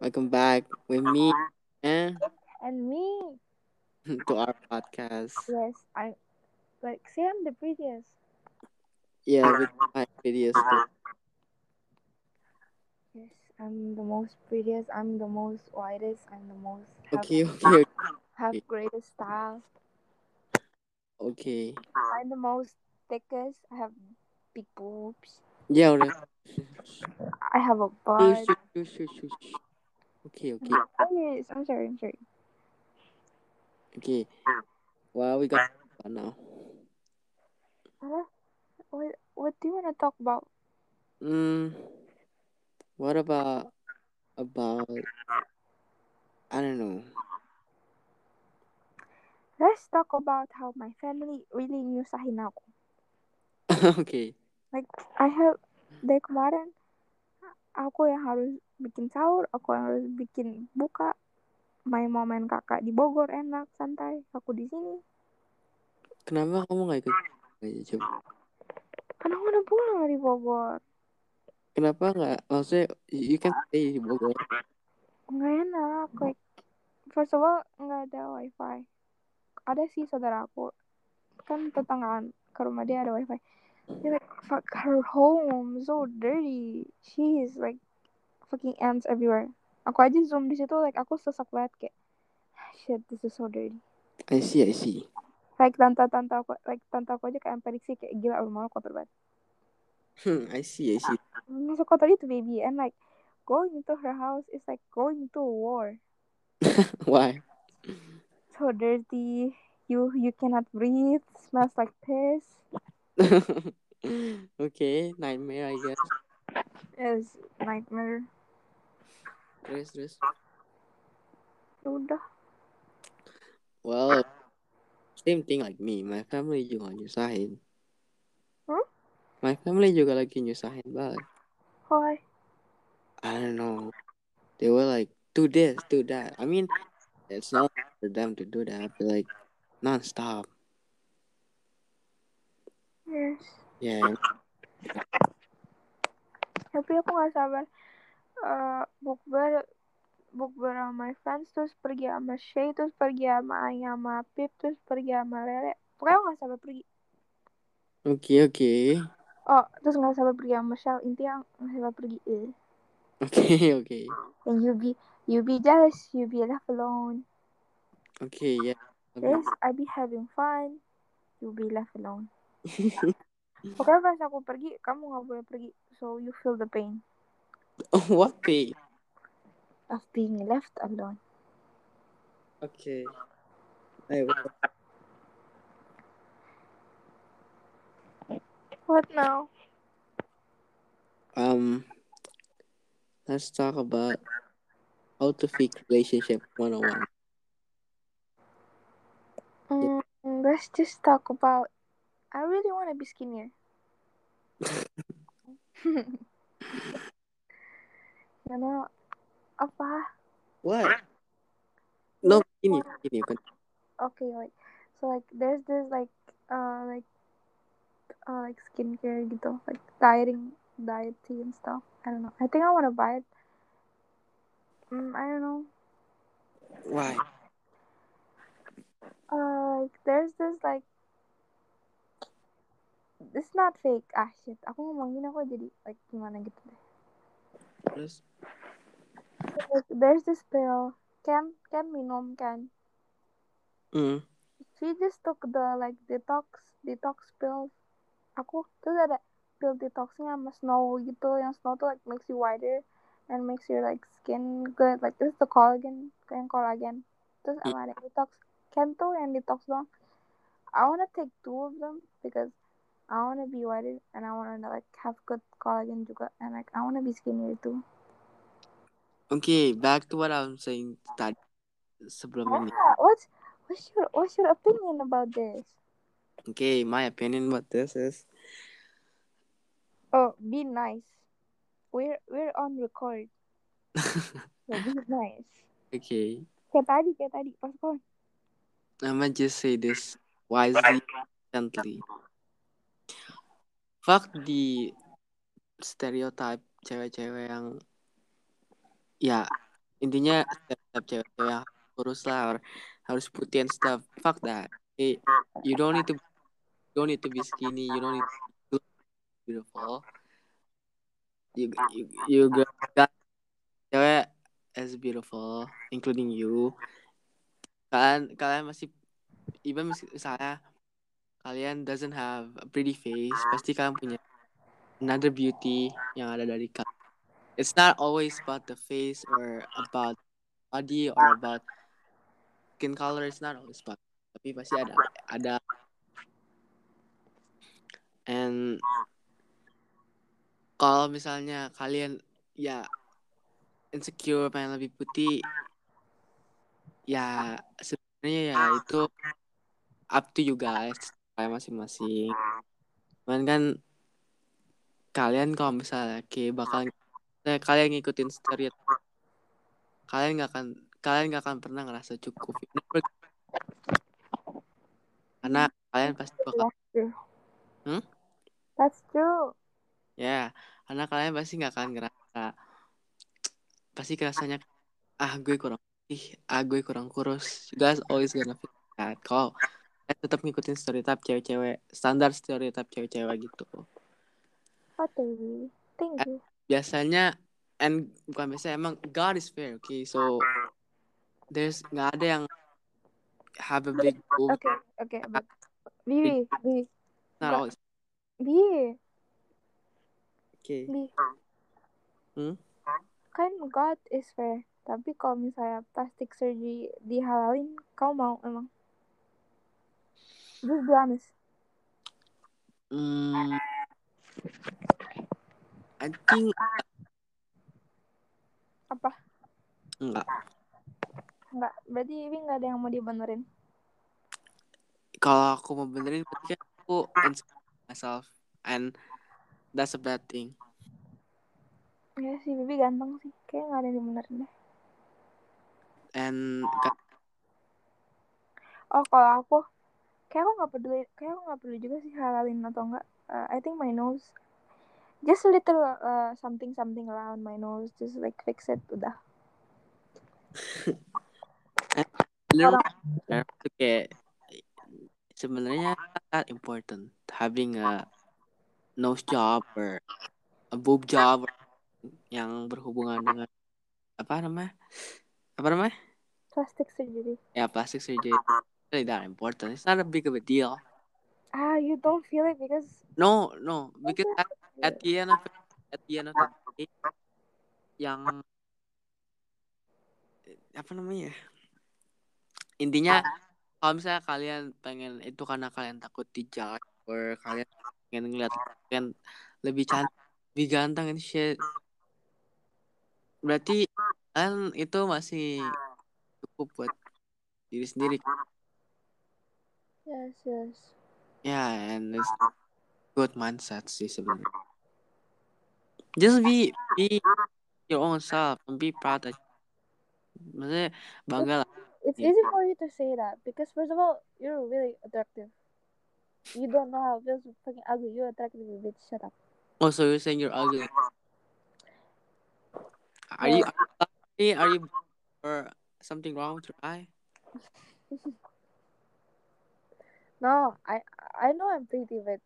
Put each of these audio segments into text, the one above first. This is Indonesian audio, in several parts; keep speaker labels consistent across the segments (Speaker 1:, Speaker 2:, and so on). Speaker 1: Welcome back with me eh,
Speaker 2: And me,
Speaker 1: to our podcast.
Speaker 2: yes, I like Sam the previous.
Speaker 1: Yeah, with my videos. too.
Speaker 2: Yes, I'm the most prettiest. I'm the most widest. I'm the most have,
Speaker 1: Okay, okay,
Speaker 2: have
Speaker 1: okay.
Speaker 2: greatest style.
Speaker 1: okay.
Speaker 2: I'm the most thickest. I have big boobs.
Speaker 1: Yeah, alright.
Speaker 2: I have a
Speaker 1: Shoo,
Speaker 2: butt.
Speaker 1: shoo, shoo, shoo, shoo, shoo. Okay, okay,
Speaker 2: Oh yes, I'm sorry. I'm sorry.
Speaker 1: okay. Well, we got one now.
Speaker 2: Huh? What What do you wanna talk about?
Speaker 1: Mm, what about about I don't know.
Speaker 2: Let's talk about how my family really nyusahin ako.
Speaker 1: okay.
Speaker 2: Like I have, dari kemarin aku yang harus bikin sahur, aku yang harus bikin buka, my mom and kakak di Bogor enak santai aku di sini
Speaker 1: Kenapa kamu nggak ikut aja coba?
Speaker 2: karena Kan aku udah pulang dari Bogor
Speaker 1: Kenapa nggak? Maksudnya you you can stay di Bogor.
Speaker 2: nggak enak like first of all nggak ada wifi ada sih saudara aku kan tetanggaan ke rumah dia ada wifi dia like fuck her home so dirty she is like fucking ants everywhere aku aja zoom di situ like aku sesak banget kayak shit this is so dirty
Speaker 1: I see, I see.
Speaker 2: like tante tante aku like tante aku aja kayak prediksi kayak gila rumah lo kotor banget
Speaker 1: Hmm, I see, I see.
Speaker 2: so kotor itu baby and like going into her house is like going to a war
Speaker 1: Why?
Speaker 2: so dirty you you cannot breathe smells like piss
Speaker 1: okay, nightmare I guess.
Speaker 2: is nightmare
Speaker 1: Terus, terus.
Speaker 2: Ya udah
Speaker 1: Well, same thing like me. My family juga nyusahin.
Speaker 2: Hmm?
Speaker 1: My family juga lagi nyusahin banget.
Speaker 2: why
Speaker 1: I don't know. They were like, do this, do that. I mean, it's not for them to do that, but like, non-stop.
Speaker 2: yes
Speaker 1: Yeah.
Speaker 2: tapi aku nggak sabar Eh, bukber bukber sama my friends terus pergi sama Shay terus pergi sama Aya sama Pip terus pergi sama Lele pokoknya aku nggak sabar pergi
Speaker 1: Okay, okay.
Speaker 2: oh terus nggak sabar pergi sama Michelle intinya nggak sabar pergi eh.
Speaker 1: Okay, okay.
Speaker 2: and you be you be jealous you be left alone
Speaker 1: Okay, yeah.
Speaker 2: Yes, I be having fun. You be left alone. Pokoknya pas aku pergi, kamu nggak boleh pergi. So you feel the pain
Speaker 1: What the?
Speaker 2: of being left alone.
Speaker 1: Okay. I will.
Speaker 2: What now?
Speaker 1: Um, let's talk about how to fix relationship 101.
Speaker 2: Mm, let's just talk about. I really wanna be skinnier. Karena apa?
Speaker 1: What? No, continue, continue, continue.
Speaker 2: Okay, like so like there's this like uh like uh like skincare gitu like dieting diet tea and stuff. I don't know. I think I wanna buy it. Mm, I don't know.
Speaker 1: Why?
Speaker 2: Uh, like there's this like it's not fake ah shit aku ngomong gini aku jadi like gimana gitu deh
Speaker 1: Terus,
Speaker 2: Like, there's this pill can can minum can
Speaker 1: mm,
Speaker 2: she just took the like detox detox pill aku terus ada pill detoxnya sama snow gitu yang snow tuh like makes you whiter and makes your like skin good like this the collagen yang collagen terus sama ada detox can tuh yang detox doang I wanna take two of them because I wanna be whiter and I wanna like have good collagen juga and like I wanna be skinnier too.
Speaker 1: okay, back to what I'm saying tadi sebelum ini.
Speaker 2: Ah, what's what's your what's your opinion about this?
Speaker 1: Okay, my opinion about this is
Speaker 2: Oh, be nice. We're we're on record. So be nice.
Speaker 1: okay.
Speaker 2: Kayak tadi kayak tadi pas kon.
Speaker 1: I'ma just say this wisely, gently. Fuck the stereotype cewek-cewek yang ya intinya setiap cewek-cewek kurus lah or, harus putih and stuff fuck that Hey, you don't need to you don't need to be skinny you don't need to look beautiful you you, you got got cewek as beautiful including you kalian kalian masih even mis- misalnya kalian doesn't have a pretty face pasti kalian punya another beauty yang ada dari kalian it's not always about the face or about body or about skin color it's not always about tapi pasti ada ada and kalau misalnya kalian ya insecure pengen lebih putih ya sebenarnya ya itu up to you guys kalian masing-masing cuman kan kalian kalau misalnya ke bakal eh, kalian ngikutin stereotip kalian nggak akan kalian nggak akan pernah ngerasa cukup karena kalian pasti bakal
Speaker 2: That's true.
Speaker 1: Hmm?
Speaker 2: That's true.
Speaker 1: Ya, karena kalian pasti nggak akan ngerasa. Pasti kerasanya, ah gue kurang putih, ah gue kurang kurus. You guys always gonna feel that. Kalau kalian tetap ngikutin stereotip cewek-cewek, standar stereotip cewek-cewek gitu.
Speaker 2: Okay. Thank you.
Speaker 1: Biasanya, and bukan biasanya, emang God is fair, okay? So, there's nggak ada yang have a big boobs.
Speaker 2: Okay. Okay. But Vivi, Vivi,
Speaker 1: Not always.
Speaker 2: Vivi,
Speaker 1: Okay.
Speaker 2: Vivi.
Speaker 1: Hmm?
Speaker 2: Kan God is fair. Tapi kalau misalnya plastic surgery dihalalin, kau mau emang? Just be honest.
Speaker 1: Hmm, I think
Speaker 2: Apa?
Speaker 1: enggak.
Speaker 2: Enggak. Berarti Vivi nggak ada yang mau dibenerin.
Speaker 1: kalau aku mau benerin berarti kan aku insecure myself and that's a bad thing
Speaker 2: Ya si Vivi ganteng sih. Kayaknya nggak ada yang dibenerin deh.
Speaker 1: and ka-
Speaker 2: Oh kalau aku, kayak aku nggak peduli. Kayak aku nggak peduli juga sih halalin atau enggak. Uh, I think my nose just a little uh, something something around my nose just like fix it udah
Speaker 1: little itu kayak sebenarnya that important having a nose job or a boob job or yang berhubungan dengan apa namanya apa namanya
Speaker 2: plastic surgery
Speaker 1: ya plastic surgery really that important it's not a big of a deal
Speaker 2: ah you don't feel it because
Speaker 1: No, no, because at, at the end of at the end of the day, yang eh, apa namanya? ya? Intinya kalau misalnya kalian pengen itu karena kalian takut dijudge or kalian pengen ngeliat kalian lebih cantik, lebih ganteng and shit, berarti kalian itu masih cukup buat diri sendiri.
Speaker 2: yes yes
Speaker 1: Ya, yeah, and it's good mindset sih sebenarnya. Just be be your own self and be proud of maksudnya bangga lah
Speaker 2: it's
Speaker 1: Yeah.
Speaker 2: easy for you to say that because first of all you're really attractive you don't know how it feels fucking ugly you're attractive you bitch shut up
Speaker 1: oh so you're saying you're ugly are you are you, are you or something wrong with your eye
Speaker 2: no I I know I'm pretty but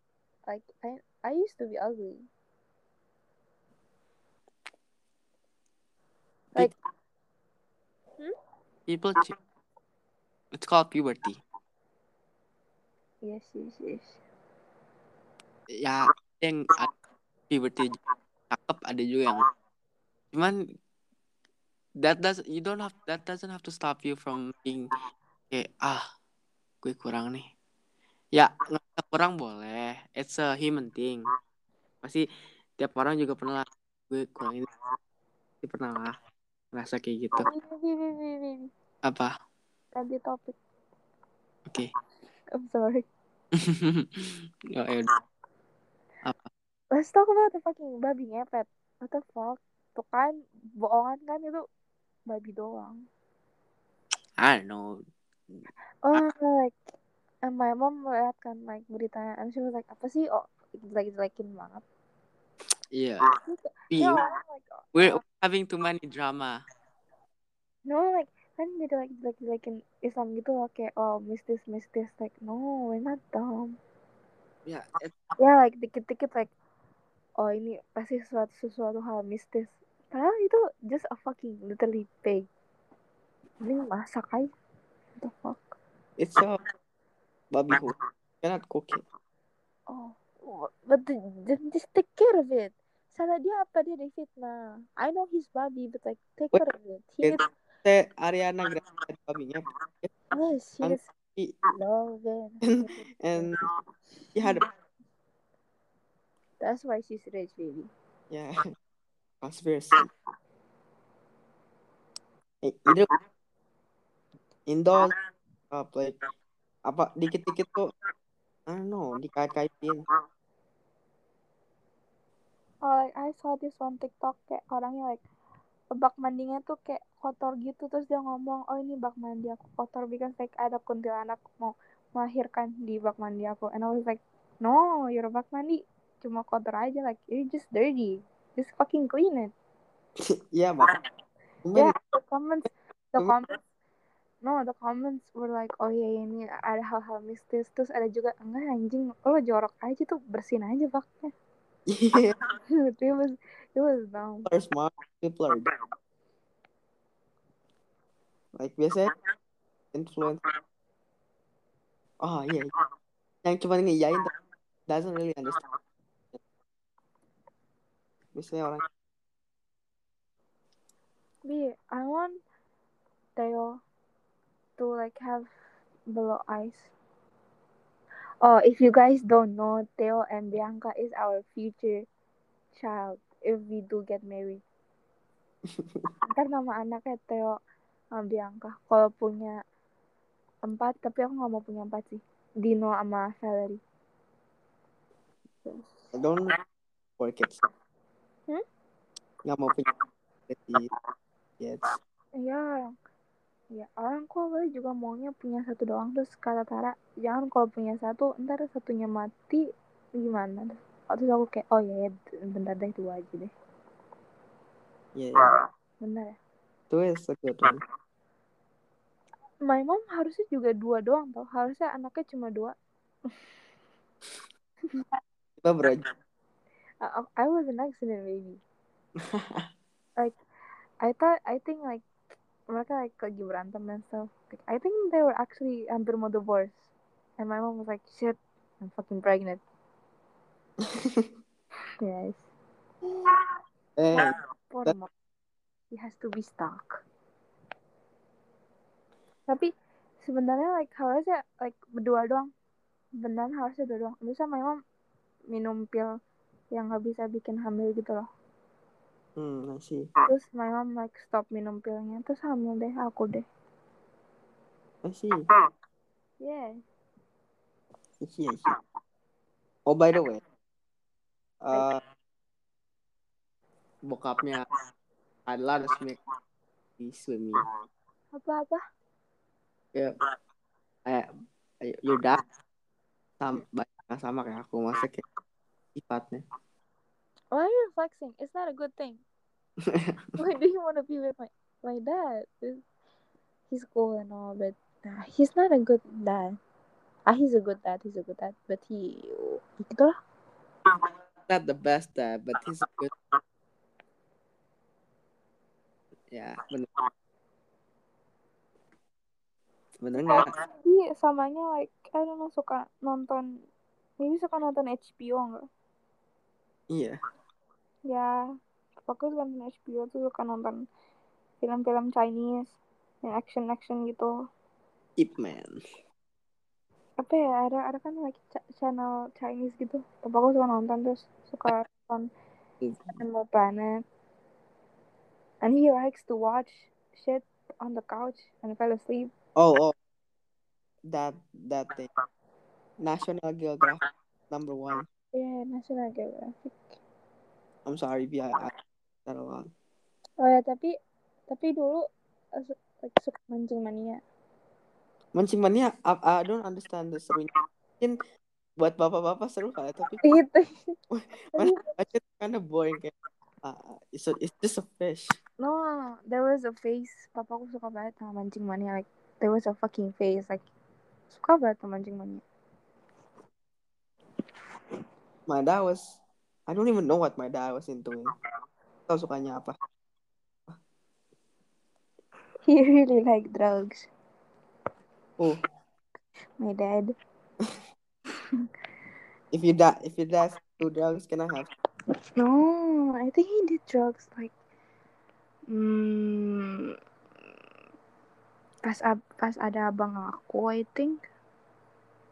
Speaker 2: like I I used to be ugly like
Speaker 1: people ch- it's called puberty
Speaker 2: yes yes yes
Speaker 1: ya ada yang ada puberty cakep ada juga yang cuman that does you don't have that doesn't have to stop you from being kayak ah gue kurang nih ya ngerasa kurang boleh it's a human thing pasti tiap orang juga pernah lah, gue kurang ini pasti pernah lah ngerasa kayak gitu
Speaker 2: Vivi, Vivi, Vivi, Vivi.
Speaker 1: apa
Speaker 2: ganti topik
Speaker 1: oke
Speaker 2: I'm sorry
Speaker 1: oh, ya udah.
Speaker 2: let's talk about the fucking babi ngepet. What the fuck? Tuh kan, bohongan kan itu babi doang.
Speaker 1: I don't know
Speaker 2: Oh, like, and my mom melihat kan, like, beritanya. And she was like, apa sih? Oh, jelek-jelekin banget.
Speaker 1: yeah
Speaker 2: Ya,
Speaker 1: we Iya.
Speaker 2: orang like,
Speaker 1: we're having too many drama
Speaker 2: No, like kan jadi like like like in Islam gitu loh kayak oh mistis mistis like no we're not dumb.
Speaker 1: Ya, et-
Speaker 2: Ya like dikit dikit like oh ini pasti sesuatu sesuatu hal mistis. Padahal itu just a fucking literally pig. Mending masak aja. What the fuck?
Speaker 1: it's a babi hutan. Cannot cook it.
Speaker 2: Oh, wha- but the, the- just take care of it. Salah dia apa dia difitnah. I know he's babi, but like take
Speaker 1: Wait,
Speaker 2: care of it. He
Speaker 1: it-
Speaker 2: is
Speaker 1: Teh Ariana Grande babinya
Speaker 2: yes, he
Speaker 1: I'm-
Speaker 2: is love
Speaker 1: and, and he had a,
Speaker 2: That's why she's rich, baby.
Speaker 1: yeah conspiracy. Eh, Itu Indo uh, like apa dikit-dikit tuh I don't know dikait-kaitin.
Speaker 2: Oh, like I saw this on TikTok kayak orangnya like bak mandinya tuh kayak kotor gitu terus dia ngomong oh ini bak mandi aku kotor because like ada kuntilanak mau melahirkan di bak mandi aku and I was like no your bak mandi cuma kotor aja like it's just dirty just fucking clean it
Speaker 1: Iya makanya. Cuman
Speaker 2: yeah the comments the comments no the comments were like oh ya ini ada hal-hal mistis terus ada juga enggak anjing lo jorok aja tuh bersihin aja baknya
Speaker 1: yeah,
Speaker 2: it was it was dumb
Speaker 1: people are smart people are dumb. like biasanya influence. Oh iya iya. yang cuma ngeyain tapi doesn't really understand. Biasanya orang
Speaker 2: B I want Theo to like have below eyes. Oh, if you guys don't know, Theo and Bianca is our future child if we do get married. Ntar nama anaknya Theo sama Bianca. Kalau punya empat, tapi aku nggak mau punya empat sih. Dino sama Valerie.
Speaker 1: I don't work it.
Speaker 2: Hmm?
Speaker 1: Nggak mau punya jadi yes.
Speaker 2: Iya, ya orang kok gue juga maunya punya satu doang terus kata Tara jangan kalau punya satu ntar satunya mati gimana terus aku kayak oh ya, ya, bentar deh dua aja deh
Speaker 1: Yeah,
Speaker 2: bentar ya
Speaker 1: itu is a good one.
Speaker 2: my mom harusnya juga dua doang tau harusnya anaknya cuma dua
Speaker 1: Kita bro,
Speaker 2: I, Uh, I was an accident baby like I thought I think like mereka like lagi berantem dan stuff like, I think they were actually hampir mau divorce and my mom was like shit I'm fucking pregnant yes
Speaker 1: eh,
Speaker 2: poor
Speaker 1: But-
Speaker 2: mom he has to be stuck tapi sebenarnya like harusnya like berdua doang beneran harusnya berdua doang bisa my mom minum pil yang nggak bisa bikin hamil gitu loh
Speaker 1: hmm, I see.
Speaker 2: terus my mom like stop minum pilnya terus hamil deh aku deh
Speaker 1: I see.
Speaker 2: yeah
Speaker 1: I see, I see. Oh, by the way, uh, bokapnya adalah resmi di swimming.
Speaker 2: apa apa
Speaker 1: Ya, eh, ayo, Yuda, sama, sama kayak aku, masa kayak sifatnya.
Speaker 2: why are you flexing it's not a good thing why do you want to be with my my dad It's- he's cool and all but nah, he's not a good dad ah he's a good dad he's a good dad but he gitu lah
Speaker 1: Not the best, uh, but he's good. Ya, bener. Bener nggak?
Speaker 2: Tapi samanya like I don't know suka nonton maybe suka nonton HBO enggak?
Speaker 1: Iya.
Speaker 2: Ya, pokoknya suka nonton HBO tuh suka nonton film-film Chinese yang action-action gitu.
Speaker 1: Ip Man.
Speaker 2: Apa ya ada ada kan like cha- channel Chinese gitu. Papa aku suka nonton terus suka nonton Animal Planet and he likes to watch shit on the couch and fell asleep.
Speaker 1: Oh, oh, that, that thing. National Geographic number one.
Speaker 2: Yeah, National Iya, Geographic.
Speaker 1: I'm sorry, Bia. I, that a lot.
Speaker 2: Oh ya tapi tapi dulu eh, su- like, suka mancing mania.
Speaker 1: Mancing mania, I, I don't understand the serunya. Mungkin buat bapak-bapak seru kali, tapi
Speaker 2: Gitu.
Speaker 1: mana aja karena boring kayak Uh, it's a, it's just a fish.
Speaker 2: No, no, no. There was a face. Papaku suka banget sama mancing mania. Like there was a fucking face. Like suka banget sama mancing mania.
Speaker 1: My dad was I don't even know what my dad was into. man. Tau sukanya apa?
Speaker 2: He really like drugs.
Speaker 1: Oh,
Speaker 2: My dad.
Speaker 1: if you die, if you die do drugs, can I have?
Speaker 2: No, I think he did drugs like. Hmm, pas ab- pas ada abang aku, I think.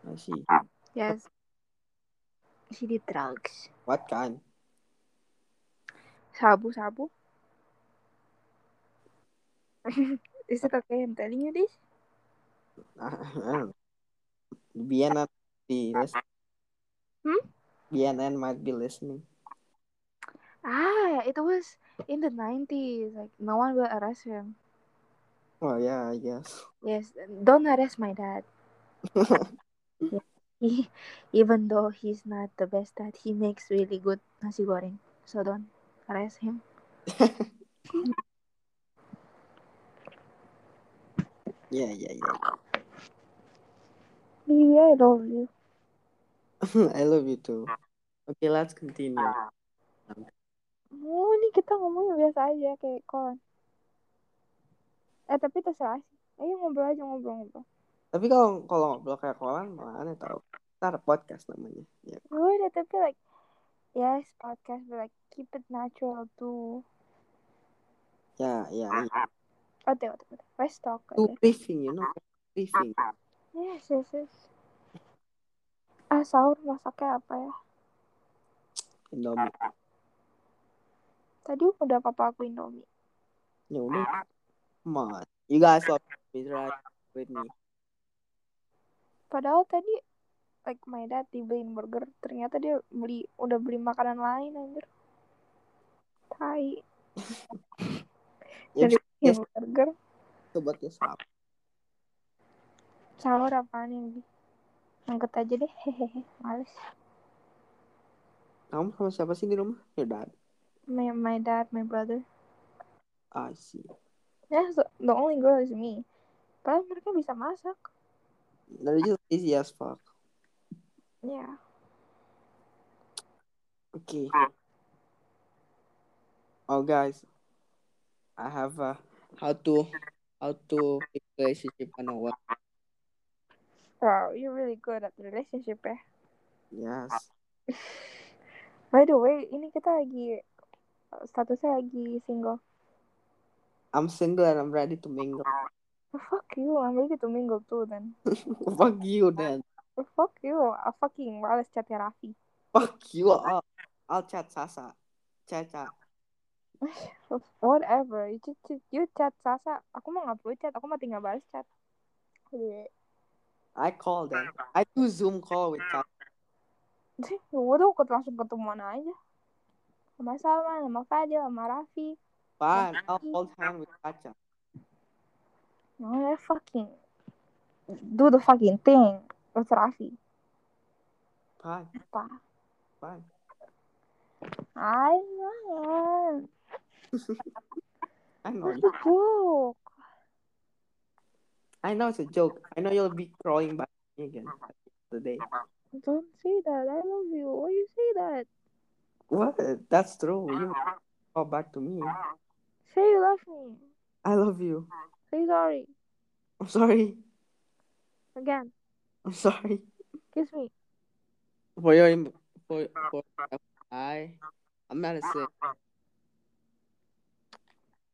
Speaker 1: I see.
Speaker 2: Yes. He did drugs.
Speaker 1: What kind?
Speaker 2: Sabu sabu. Is it okay? I'm telling you this.
Speaker 1: I don't know. BNN be listening.
Speaker 2: Hmm?
Speaker 1: BNN might be listening.
Speaker 2: Ah, it was in the nineties. Like no one will arrest him.
Speaker 1: Oh yeah, I guess.
Speaker 2: Yes, don't arrest my dad. He, even though he's not the best dad, he makes really good nasi goreng. So don't arrest him.
Speaker 1: Yeah, yeah, yeah.
Speaker 2: Yeah, Iya, I love you.
Speaker 1: I love you too. Okay, let's continue.
Speaker 2: Oh, ini kita ngomongnya biasa aja kayak kawan. Eh, tapi terserah sih. Ayo ngobrol aja ngobrol-ngobrol.
Speaker 1: Tapi kalau kalau ngobrol kayak kolan malah aneh tau. Ntar podcast namanya. Ya.
Speaker 2: Udah, tapi like, yes, podcast, but like, keep it natural too.
Speaker 1: Ya, ya, ya.
Speaker 2: Oke, oke, oke. Let's talk.
Speaker 1: Itu
Speaker 2: oke.
Speaker 1: briefing, you know. Briefing.
Speaker 2: Yes, yes, yes. Ah, sahur masaknya apa ya?
Speaker 1: Indomie.
Speaker 2: Tadi udah papa aku Indomie.
Speaker 1: Ya udah. Come on. You guys love me, right? With me.
Speaker 2: Padahal tadi like my dad dibeliin burger, ternyata dia beli udah beli makanan lain anjir. Tai.
Speaker 1: Ya,
Speaker 2: Jadi
Speaker 1: yes.
Speaker 2: beliin burger.
Speaker 1: itu Ya, buat ya sama.
Speaker 2: Sahur apaan ini? Angkat aja deh. Hehehe. Males.
Speaker 1: Kamu sama siapa sih di rumah? Ya Your dad.
Speaker 2: My, my dad, my brother.
Speaker 1: I see.
Speaker 2: Yes, the, the only girl is me. Padahal mereka bisa masak.
Speaker 1: They're just easy as fuck.
Speaker 2: Ya.
Speaker 1: Okay. Oh guys, I have uh, how to how to fix relationship and what?
Speaker 2: Wow, you're really good at relationship ya.
Speaker 1: Yes.
Speaker 2: By the way, ini kita lagi uh, statusnya lagi single.
Speaker 1: I'm single and I'm ready to mingle.
Speaker 2: Oh, fuck you, I'm ready to mingle too then.
Speaker 1: Fuck you, then.
Speaker 2: Oh, fuck you, I fucking males chatnya Raffi.
Speaker 1: Fuck you. I'll, I'll chat Sasa. Chat chat.
Speaker 2: Whatever, you chat, chat- you chat Sasa. Aku mau nggak perlu chat, aku mau tinggal balas chat. Bleh.
Speaker 1: I call them. I do Zoom call with chat.
Speaker 2: Ya udah, aku langsung ketemuan aja. Sama Salman, sama Fadil, sama Raffi.
Speaker 1: Fine. I'll hold hand with Chacha.
Speaker 2: No, I fucking do the fucking thing with Raffi.
Speaker 1: Fine.
Speaker 2: Apa?
Speaker 1: Fine.
Speaker 2: I know.
Speaker 1: I know.
Speaker 2: It's a joke.
Speaker 1: I know it's a joke. I know you'll be crawling by me again today.
Speaker 2: Don't say that. I love you. Why you say that?
Speaker 1: What? That's true. You call back to me.
Speaker 2: Say you love me.
Speaker 1: I love you.
Speaker 2: Say sorry.
Speaker 1: I'm sorry.
Speaker 2: Again.
Speaker 1: I'm sorry
Speaker 2: Kiss me.
Speaker 1: for your im- for for I. I'm not a sick.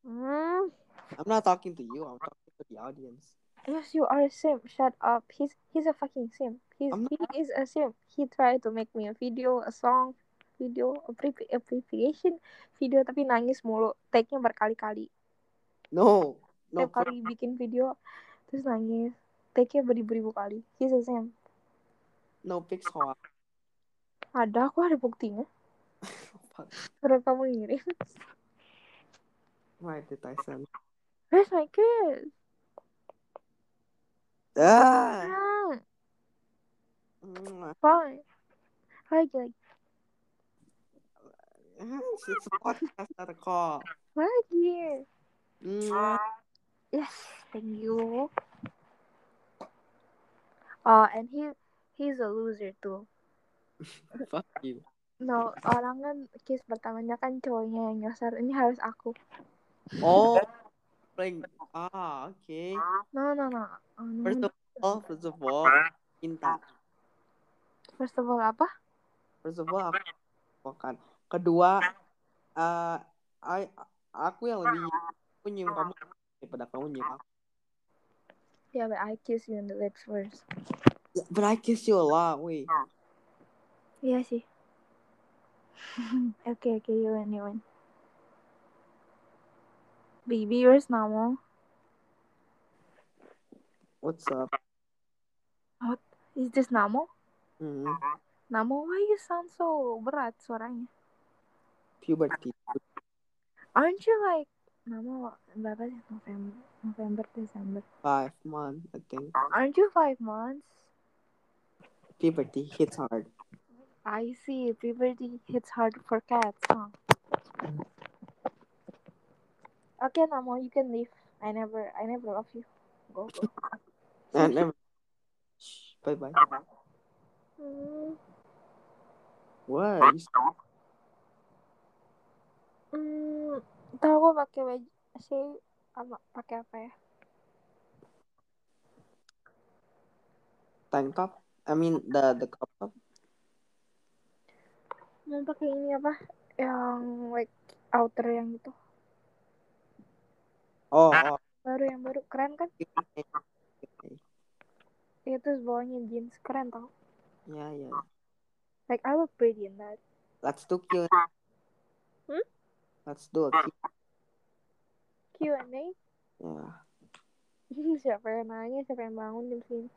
Speaker 2: Mm.
Speaker 1: I'm not talking to you. I'm talking to the audience.
Speaker 2: Yes, you are a simp. Shut up. He's he's a fucking simp. He's
Speaker 1: I'm
Speaker 2: he is a simp. He tried to make me a video, a song, video, appre- appreciation video tapi nangis mulu. Take-nya berkali-kali.
Speaker 1: No, no.
Speaker 2: Tiap kali bikin video terus nangis. Take-nya beribu-ribu kali. He's a simp.
Speaker 1: No pics Hawaii.
Speaker 2: Ada aku ada buktinya.
Speaker 1: Fuck.
Speaker 2: Suruh kamu ngirim.
Speaker 1: Why did I send?
Speaker 2: Where's my kiss?
Speaker 1: Ah!
Speaker 2: Hmm.
Speaker 1: Mwah.
Speaker 2: Fine. Lagi lagi.
Speaker 1: It's a podcast, not a call.
Speaker 2: We're here.
Speaker 1: Mm.
Speaker 2: Yes, thank you. Uh, and he he's a loser too.
Speaker 3: Fuck you.
Speaker 2: No, orang kan kiss pertamanya kan cowoknya yang nyasar. Ini harus aku.
Speaker 1: Oh, like, ah, okay.
Speaker 2: No, no, no. Oh, no,
Speaker 1: First
Speaker 2: no.
Speaker 1: of all, first of all, cinta.
Speaker 2: First of all apa?
Speaker 1: First of all, aku bukan. Kedua, eh, I, aku yang lebih aku nyium kamu daripada kamu nyium aku.
Speaker 2: Yeah, but I kiss you on the lips first.
Speaker 1: Yeah, Ya, But I kiss you a lot, wait.
Speaker 2: Iya sih. okay, okay, you win, you win. Baby, yours now mau.
Speaker 1: What's up?
Speaker 2: Is this Namo?
Speaker 1: Hmm,
Speaker 2: Namo, why you sound so berat suaranya?
Speaker 1: puberty.
Speaker 2: Aren't you like Namo berapa sih November, November, Desember?
Speaker 1: Five month, I think.
Speaker 2: Aren't you five months?
Speaker 1: Puberty hits hard.
Speaker 2: I see. Puberty hits hard for cats, huh? Okay, Namo, you can leave. I never, I never love you. Go, go.
Speaker 1: And never. Shh, bye bye.
Speaker 2: Mm,
Speaker 1: What? You s-
Speaker 2: mm, ntar aku pakai baju, sih, apa, pakai apa ya?
Speaker 1: tank top? I mean the the crop top.
Speaker 2: Mau pakai ini apa? Yang like outer yang itu.
Speaker 1: Oh, oh.
Speaker 2: Baru yang baru keren kan?
Speaker 1: okay, okay.
Speaker 2: Ya terus bawahnya jeans keren tau.
Speaker 1: Yeah, yeah.
Speaker 2: Like I look pretty in that.
Speaker 1: Let's do cute.
Speaker 2: Hmm?
Speaker 1: Let's do a cute.
Speaker 2: Q&A.
Speaker 1: Yeah.
Speaker 2: siapa yang nanya, siapa yang bangun jam sini.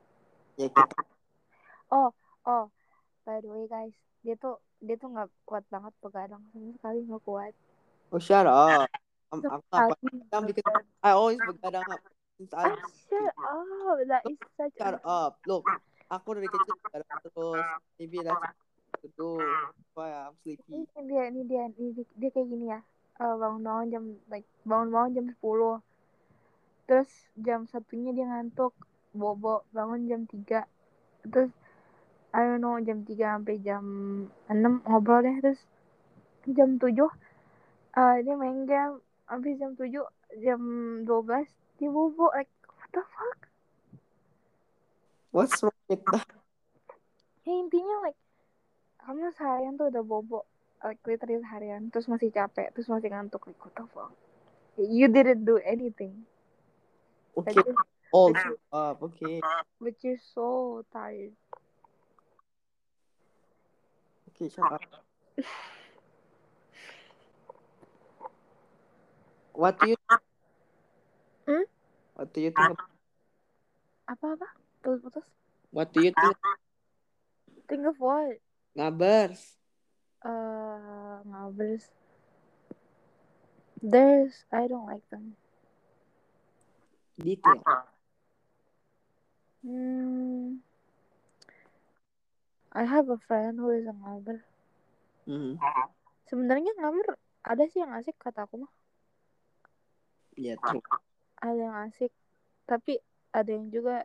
Speaker 1: Ya kita
Speaker 2: Oh, by the way guys, dia tuh dia tuh nggak kuat banget pegadang sama sekali nggak kuat.
Speaker 1: Oh, shut up. I'm, I'm
Speaker 2: Sama
Speaker 1: not
Speaker 2: sekali.
Speaker 1: down because I always begadang up since I
Speaker 2: Ah, shut up, that is such
Speaker 1: shut
Speaker 2: a
Speaker 1: up. Look, aku dari kecil begadang terus. Maybe that's what to do. Why I'm
Speaker 2: ini
Speaker 1: sleepy.
Speaker 2: dia ini dia ini dia, dia kayak gini ya Eh, bangun bangun jam like bangun bangun jam 10 terus jam satunya dia ngantuk bobo bangun jam 3 terus I don't know jam 3 sampai jam 6 ngobrol deh terus jam 7 eh, dia main game habis jam 7 jam 12 dia bobo like what the fuck
Speaker 1: What's wrong with that?
Speaker 2: ya intinya like kamu seharian tuh udah bobo like literally seharian terus masih capek terus masih ngantuk like what the fuck you didn't do anything but,
Speaker 1: Okay,
Speaker 2: you,
Speaker 1: old
Speaker 2: but, you,
Speaker 1: up. Okay,
Speaker 2: but you're so tired
Speaker 1: okay, shut up. What do you?
Speaker 2: Hmm?
Speaker 1: What do you think? ab-
Speaker 2: apa apa putus putus
Speaker 1: What do you think?
Speaker 2: think of what
Speaker 1: Ngabers.
Speaker 2: uh ngabers there's I don't like them
Speaker 1: Detail.
Speaker 2: hmm I have a friend who is a ngaber
Speaker 1: Hmm.
Speaker 2: sebenarnya ngaber ada sih yang asik kata aku mah
Speaker 1: Yeah, true.
Speaker 2: ada yang asik tapi ada yang juga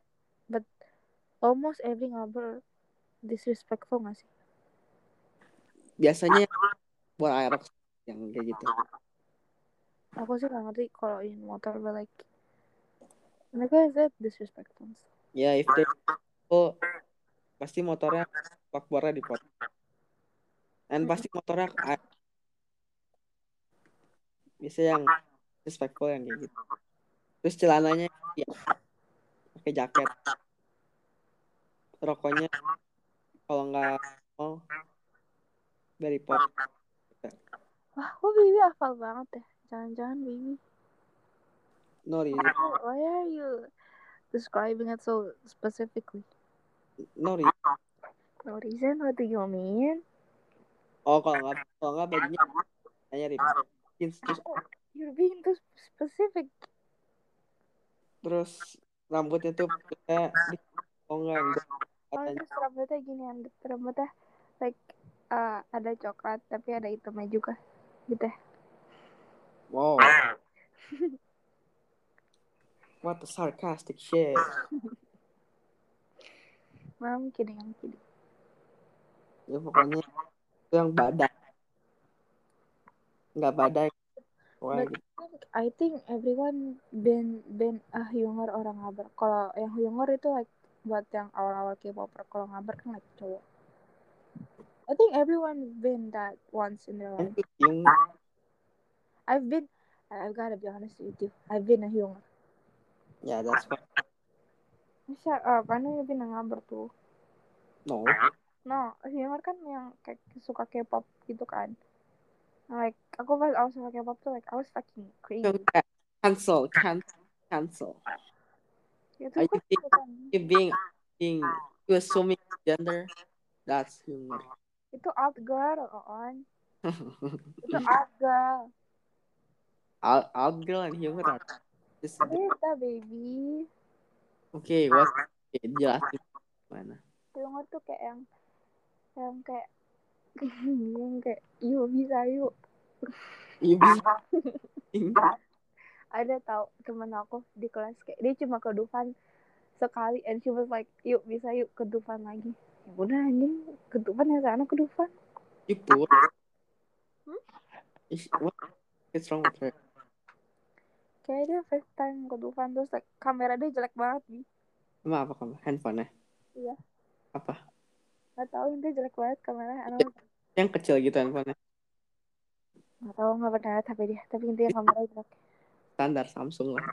Speaker 2: but almost every ngaber disrespectful gak sih
Speaker 1: Biasanya buat aerok yang kayak gitu.
Speaker 2: aku sih gak ngerti kalau in motor but like mereka is that disrespectful
Speaker 1: Ya, if they oh, pasti motornya bakbornya dipotong. Dan pasti motornya a- bisa yang respectful yang kayak gitu. Terus celananya ya, pakai jaket. Rokoknya kalau nggak mau dari pot.
Speaker 2: wah kok Bibi hafal banget ya jangan-jangan Bibi
Speaker 1: No, really.
Speaker 2: why are you describing it so specifically
Speaker 1: No, really.
Speaker 2: no reason what do you mean
Speaker 1: Oh, kalau nggak kalau nggak bajunya hanya rip. Jeans, Terus,
Speaker 2: you're being too specific
Speaker 1: terus rambutnya tuh kayak oh nggak enggak
Speaker 2: oh
Speaker 1: katanya.
Speaker 2: terus rambutnya gini rambutnya like eh, ada coklat tapi ada hitamnya juga gitu ya.
Speaker 1: Wow. What a sarcastic shit.
Speaker 2: Mam kidding, I'm kidding.
Speaker 1: Ya pokoknya itu yang badai. Nggak badai. Wah, gitu.
Speaker 2: But I think- I think everyone been been a humor orang ngabrak. Kalau yang humor itu like buat yang awal-awal K-popper. Kalau ngabrak kan like cowok. I think everyone been that once in their life.
Speaker 1: gitu. Yang
Speaker 2: I've been I- I've gotta be honest with you. I've been a humor.
Speaker 1: ya that's what
Speaker 2: Shut up. I know you've uh, been a ngabrak tuh.
Speaker 1: no.
Speaker 2: No, humor kan yang kayak suka K-pop gitu kan. Like aku pas awal suka K-pop tuh like I was fucking crazy.
Speaker 1: Cancel, cancel, cancel.
Speaker 2: Itu
Speaker 1: I
Speaker 2: kan
Speaker 1: think- If being being you assuming gender, that's humor.
Speaker 2: itu alt girl on. Itu alt girl.
Speaker 1: out, out girl and humor are just
Speaker 2: Beda baby.
Speaker 1: okay. What? Okay, jelasin mana?
Speaker 2: Humor tuh kayak yang yang kayak yang kayak yuk bisa yuk.
Speaker 1: You be-
Speaker 2: Ada tau temen aku di kelas kayak dia cuma ke Dufan sekali and she was like yuk bisa yuk ke Dufan lagi. Ya udah anjing ke Dufan ya sana ke Dufan.
Speaker 1: you poor.
Speaker 2: Hmm?
Speaker 1: Is- What? What's wrong with her?
Speaker 2: Kayaknya dia FaceTime ke Dufan terus like, kamera dia jelek banget nih.
Speaker 1: Emang apa kamu? Handphone ya?
Speaker 2: Iya.
Speaker 1: Apa?
Speaker 2: Gak tau dia jelek banget kameranya. Anak
Speaker 1: Yang kecil gitu handphone
Speaker 2: gak tau gak pernah liat HP dia. Tapi intinya kameranya jelek.
Speaker 1: Standar Samsung lah.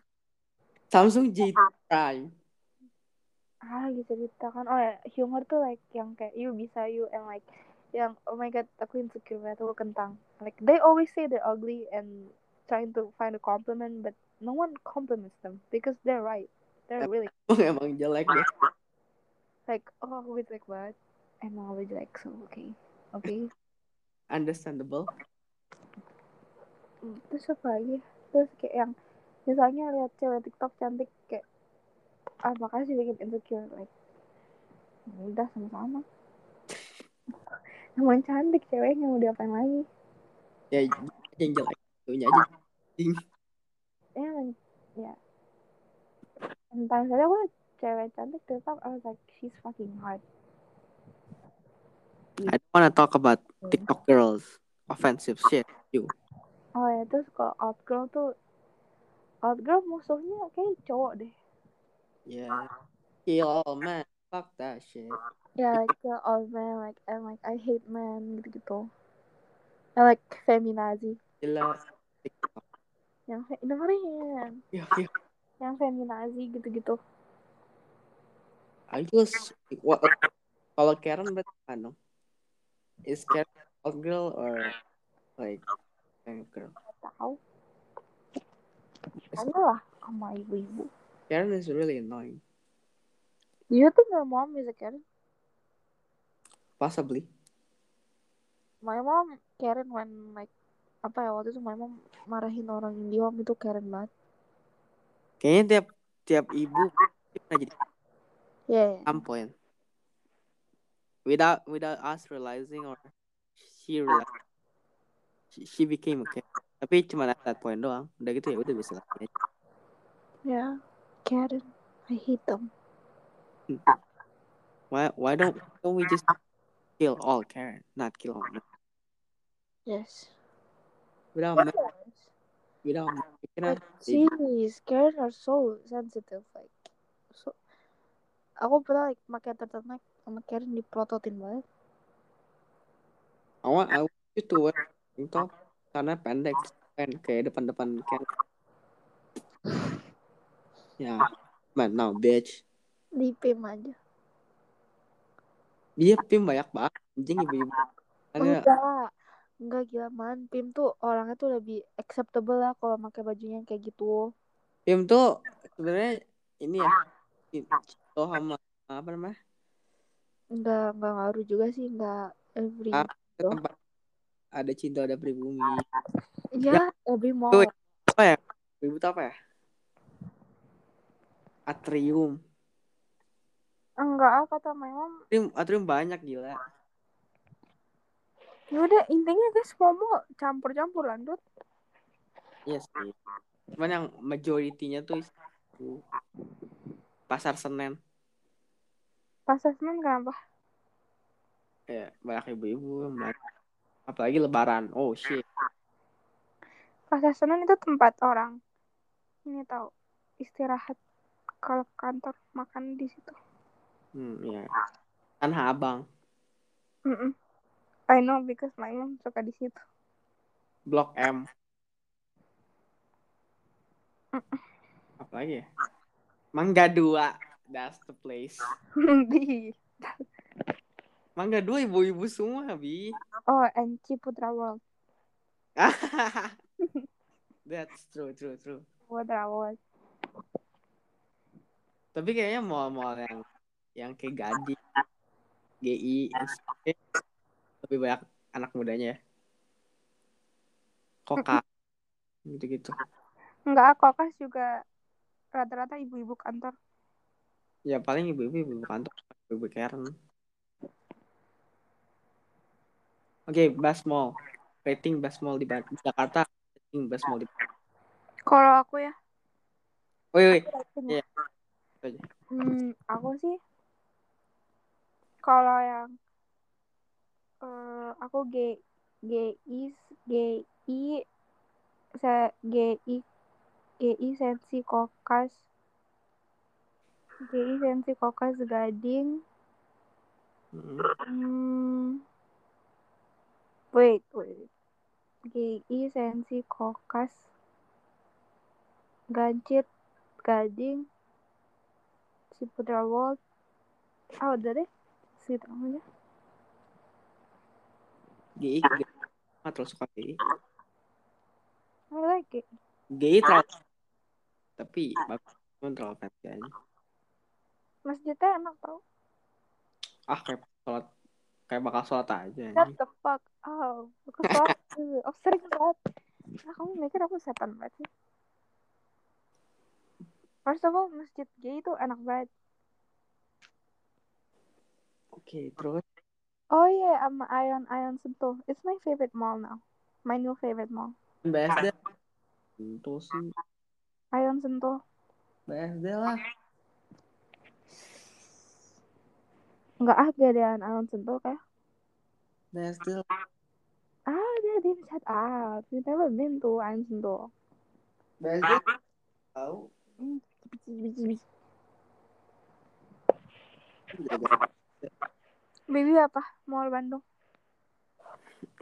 Speaker 1: Samsung J Prime.
Speaker 2: Ah lagi cerita kan. Oh ya humor tuh like yang kayak you bisa you and like yang oh my god aku insecure banget aku kentang. Like they always say they're ugly and trying to find a compliment but no one compliments them because they're right. They're really
Speaker 1: Emang Oh, emang jelek deh.
Speaker 2: like oh aku jelek banget. Emang aku jelek so okay. Okay.
Speaker 1: Understandable.
Speaker 2: Hmm, terus apa lagi terus kayak yang misalnya lihat cewek TikTok cantik kayak ah makasih bikin insecure like ya udah sama-sama Emang cantik ceweknya mau diapain lagi
Speaker 1: Ya yang jelek itunya aja.
Speaker 2: ya kan? ya entah saja aku liat cewek cantik tetap I was like she's fucking hot
Speaker 1: I don't wanna talk about TikTok girls. Offensive shit.
Speaker 2: oh ya terus kalau out girl tuh out girl musuhnya kayak cowok deh
Speaker 1: Yeah. Kill all man. Fuck that shit.
Speaker 2: Yeah, Ya, like the old man, like and like I hate men gitu-gitu. And like feminazi.
Speaker 1: Gila. TikTok.
Speaker 2: Yang fe- dengerin.
Speaker 1: Yo, yo.
Speaker 2: Yang feminazi gitu-gitu.
Speaker 1: I was what kalau Karen berarti apa dong? Is Karen old girl or like young girl?
Speaker 2: Tahu? Kamu lah sama ibu-ibu.
Speaker 1: Karen is really annoying.
Speaker 2: Do you think your mom is a Karen?
Speaker 1: Possibly.
Speaker 2: My mom Karen when like apa ya waktu itu my mom marahin orang India om itu Karen banget.
Speaker 1: Kayaknya tiap tiap ibu pernah jadi
Speaker 2: Yeah. yeah.
Speaker 1: some point. Without without us realizing or she realized she, she became okay. Tapi cuma at that point doang. Udah gitu ya udah bisa lagi. aja.
Speaker 2: Yeah. Karen. I hate them.
Speaker 1: Why why don't don't we just kill all Karen, not kill all men.
Speaker 2: Yes.
Speaker 1: Without men, without men, we cannot.
Speaker 2: But jeez, Karen are so sensitive, like so. Aku pernah like pakai turtleneck sama Karen dipelototin banget.
Speaker 1: I want I want you to wear tank top karena pendek kan kayak depan-depan kan. Ya, man, now bitch.
Speaker 2: Di PIM aja.
Speaker 1: Dia pim banyak banget, anjing ibu-ibu. Ada
Speaker 2: Enggak. Enggak gila man. PIM tuh orangnya tuh lebih acceptable lah kalau pakai bajunya yang kayak gitu.
Speaker 1: pim tuh sebenarnya ini ya itu sama apa namanya
Speaker 2: Enggak, enggak ngaruh juga sih. Enggak every.
Speaker 1: Ah. Ke
Speaker 2: Tuh.
Speaker 1: tempat ada cinta ada pribumi
Speaker 2: Ya, every mall.
Speaker 1: Tuh. apa ya ibu tuh apa ya atrium
Speaker 2: Enggak, ah, kata my mom.
Speaker 1: atrium atrium banyak gila
Speaker 2: Yaudah Ya intinya guys FOMO campur-campur lanjut.
Speaker 1: Iya sih. Cuman yang majoritinya tuh is- pasar Senen.
Speaker 2: Pasar Senen kenapa?
Speaker 1: Ya, banyak ibu-ibu, banyak- apalagi lebaran. Oh shit.
Speaker 2: Pasar Senen itu tempat orang ini tahu istirahat kalau ke kantor makan di situ.
Speaker 1: Hmm, ya. Tanah Abang,
Speaker 2: Mm-mm. I know because my mom suka di situ.
Speaker 1: Blok M. Apalagi ya? Mangga 2. That's the place.
Speaker 2: di
Speaker 1: Mangga 2 ibu-ibu semua, Bi.
Speaker 2: oh and Ciputra World,
Speaker 1: That's true, true, true.
Speaker 2: Ciputra World.
Speaker 1: Tapi kayaknya mall-mall yang yang kayak Gading, GI, SC, lebih banyak anak mudanya ya. Koka, gitu-gitu.
Speaker 2: Enggak, kokas juga rata-rata ibu-ibu kantor.
Speaker 1: Ya paling ibu-ibu ibu kantor, ibu Karen. Oke, bus mall. Rating bus mall di Ban- Jakarta. Rating bus mall di.
Speaker 2: Kalau aku ya,
Speaker 1: Woi, woi.
Speaker 2: ratingnya.
Speaker 1: Iya. Itu aja.
Speaker 2: Hmm, aku sih kalau yang eh, aku G GI GI se GI GI Sensi Kokas GI Sensi Kokas Gading
Speaker 1: Mm.
Speaker 2: hmm, wait wait GI Sensi Kokas Gancit Gading Ciputra World ah udah deh segitu aja
Speaker 1: GI GI. Ah, terlalu suka GI.
Speaker 2: I like it.
Speaker 1: GI terlalu tapi bagus cuman terlalu fancy aja.
Speaker 2: Masjidnya enak tau.
Speaker 1: Ah, kayak sholat kayak bakal sholat aja.
Speaker 2: What
Speaker 1: anjing.
Speaker 2: the fuck? Oh, aku sholat. oh, sering banget. Nah, kamu mikir aku setan banget sih. First of all, masjid gay itu enak banget.
Speaker 1: Oke, terus
Speaker 2: Oh iya, yeah, sama Ion Ion Sentul. It's my favorite mall now. My new favorite mall.
Speaker 1: BSD. Itu sih
Speaker 2: Ion Sentul.
Speaker 1: BSD lah.
Speaker 2: Enggak ah, gedean Ion Sentul kayak.
Speaker 1: BSD lah.
Speaker 2: Ah, dia dia shut up. You never been to Ion Sentul.
Speaker 1: BSD. Tahu.
Speaker 2: Baby apa? Mall Bandung.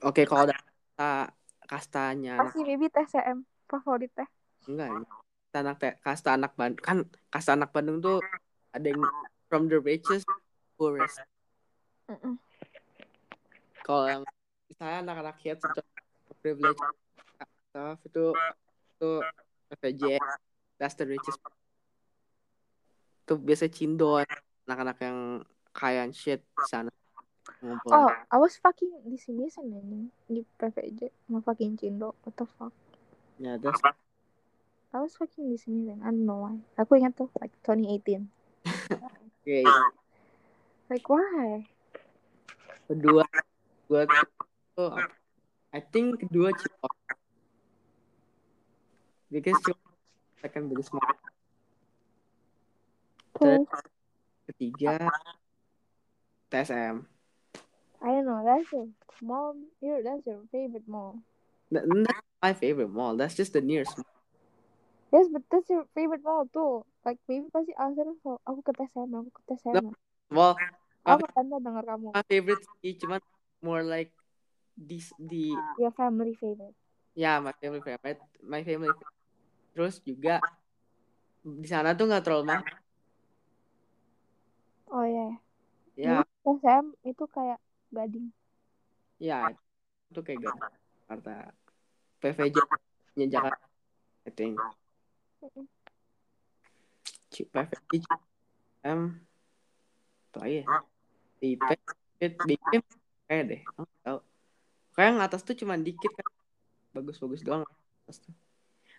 Speaker 1: Oke, kalau ada kasta kastanya anak
Speaker 2: Pasti baby TCM. Favorit teh.
Speaker 1: enggak ya? Kasta anak te- kasta anak Bandung kan kasta anak Bandung tuh ada yang from the richest to poorest.
Speaker 2: Mm-mm.
Speaker 1: Kalau yang- misalnya anak-anak kids itu privilege stuff itu itu FJS that's the richest. Itu biasa cindon anak-anak yang kaya and shit di sana. Ngumpul.
Speaker 2: Oh, I was fucking di sini senin di PVJ mau fucking Cindo. What the fuck?
Speaker 1: Ya, that's
Speaker 2: I was fucking di sini then. I don't know why. Aku ingat tuh like 2018.
Speaker 1: okay.
Speaker 2: Like why?
Speaker 1: kedua kedua tuh apa? I think kedua Cilok because Cilok second biggest market
Speaker 2: Cool.
Speaker 1: ketiga TSM
Speaker 2: I don't know. That's your mom. Your that's your favorite mom.
Speaker 1: Th- that's my favorite mall that's just the nearest mall.
Speaker 2: Yes, but that's your favorite mom too. Like maybe pasti alasannya so, aku ke TSM, aku ke TSM.
Speaker 1: mall
Speaker 2: Aku tanda denger kamu.
Speaker 1: my favorite sih cuman more like this di
Speaker 2: Your family favorite.
Speaker 1: ya my family favorite my family favorite. terus juga di sana tuh nggak terlalu mahal
Speaker 2: Oh ya.
Speaker 1: ya
Speaker 2: TSM itu kayak gading.
Speaker 1: ya itu kayak gak Jakarta PVJ nya Jakarta I think
Speaker 2: Mm-mm.
Speaker 1: C- PVJ M tuh aja IP fit dikit kayak deh Aku nggak tahu kayak yang atas tuh cuman dikit kan bagus-bagus doang atas tuh.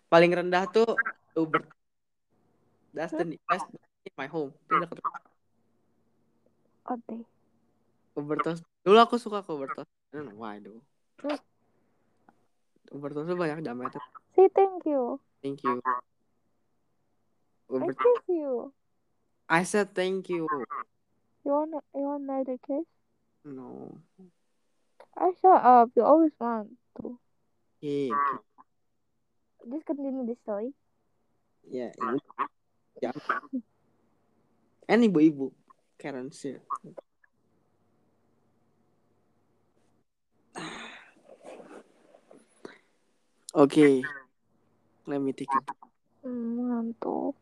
Speaker 1: paling rendah tuh Uber that's the that's the- my home Itu dekat
Speaker 2: Oh deh.
Speaker 1: Uber Toast dulu aku suka ke Uber Toast I don't know why though. Overtone tuh banyak dampaknya. tuh.
Speaker 2: Say thank you.
Speaker 1: Thank you.
Speaker 2: I
Speaker 1: Over-
Speaker 2: kiss you.
Speaker 1: I said thank you.
Speaker 2: You want you want another kiss?
Speaker 1: No.
Speaker 2: I shut up. You always want to.
Speaker 1: Hey.
Speaker 2: Just continue this story.
Speaker 1: Ya. ini- Ya. Ini ibu-ibu. Karen sih. Oke. Let me take a
Speaker 2: Hmm, ngantuk.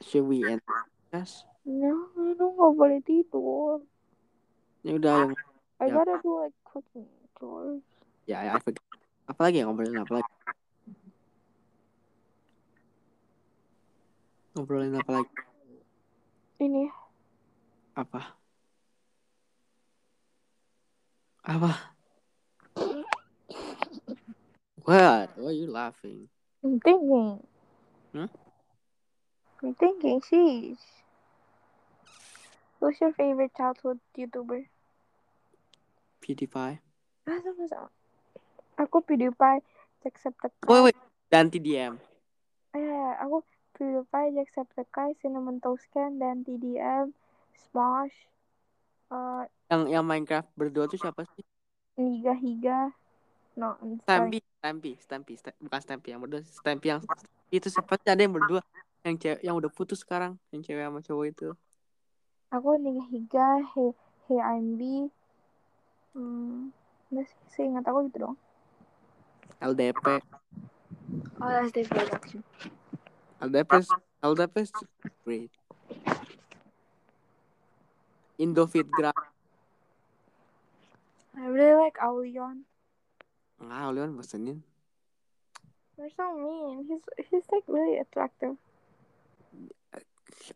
Speaker 1: Should we end? Yes.
Speaker 2: No, I don't Nah, nggak boleh tidur.
Speaker 1: Ya udah yang
Speaker 2: I
Speaker 1: Ya.
Speaker 2: gotta do like cooking chores.
Speaker 1: ya ya, I forget. Apalagi yang ngobrolin apa lagi? Ngobrolin apa lagi?
Speaker 2: Ini
Speaker 1: Apa? Apa? What? Why are you laughing?
Speaker 2: I'm thinking.
Speaker 1: Hmm?
Speaker 2: I'm thinking. Sheesh. Who's your favorite childhood YouTuber?
Speaker 1: PewDiePie.
Speaker 2: Ah, sama sama. Aku PewDiePie, Jacksepticeye.
Speaker 1: Wait, wait. Ganti DM.
Speaker 2: Eh, aku PewDiePie, Jacksepticeye, Cinnamon Toast Can, dan TDM, Smosh, uh,
Speaker 1: Yang yang Minecraft berdua tuh siapa sih?
Speaker 2: Niga Higa. No, I'm sorry.
Speaker 1: Stampy, Stampy, Stampy, Sta- bukan Stampy yang berdua, Stampy yang itu siapa sih? Ada yang berdua yang cewek yang udah putus sekarang, yang cewek sama cowok itu.
Speaker 2: Aku Niga Higa, Hey, hey I'm B. Hmm, udah sih, seingat aku gitu dong.
Speaker 1: LDP.
Speaker 2: Oh, that's the production.
Speaker 1: LDP, LDP is great. Indofit Grab.
Speaker 2: I really like Aulion.
Speaker 1: Ah, Leon bosenin.
Speaker 2: You're so mean. He's he's like really attractive.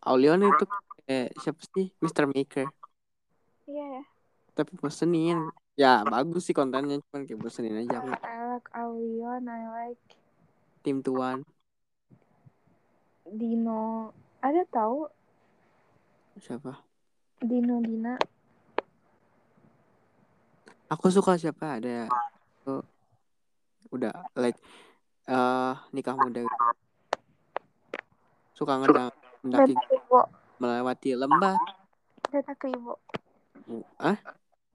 Speaker 1: Aulion itu eh, siapa sih? Mr. Maker.
Speaker 2: Yeah,
Speaker 1: Tapi bosenin. Ya, bagus sih kontennya, cuman kayak bosenin aja. Aku.
Speaker 2: I like Aulion. I like
Speaker 1: Tim Tuan.
Speaker 2: Dino. Ada tahu
Speaker 1: Siapa?
Speaker 2: Dino Dina?
Speaker 1: Aku suka siapa ada tuh, udah like eh nikah muda suka ngedang mendaki
Speaker 2: Beda kribo.
Speaker 1: melewati lembah
Speaker 2: Beda kribo.
Speaker 1: ah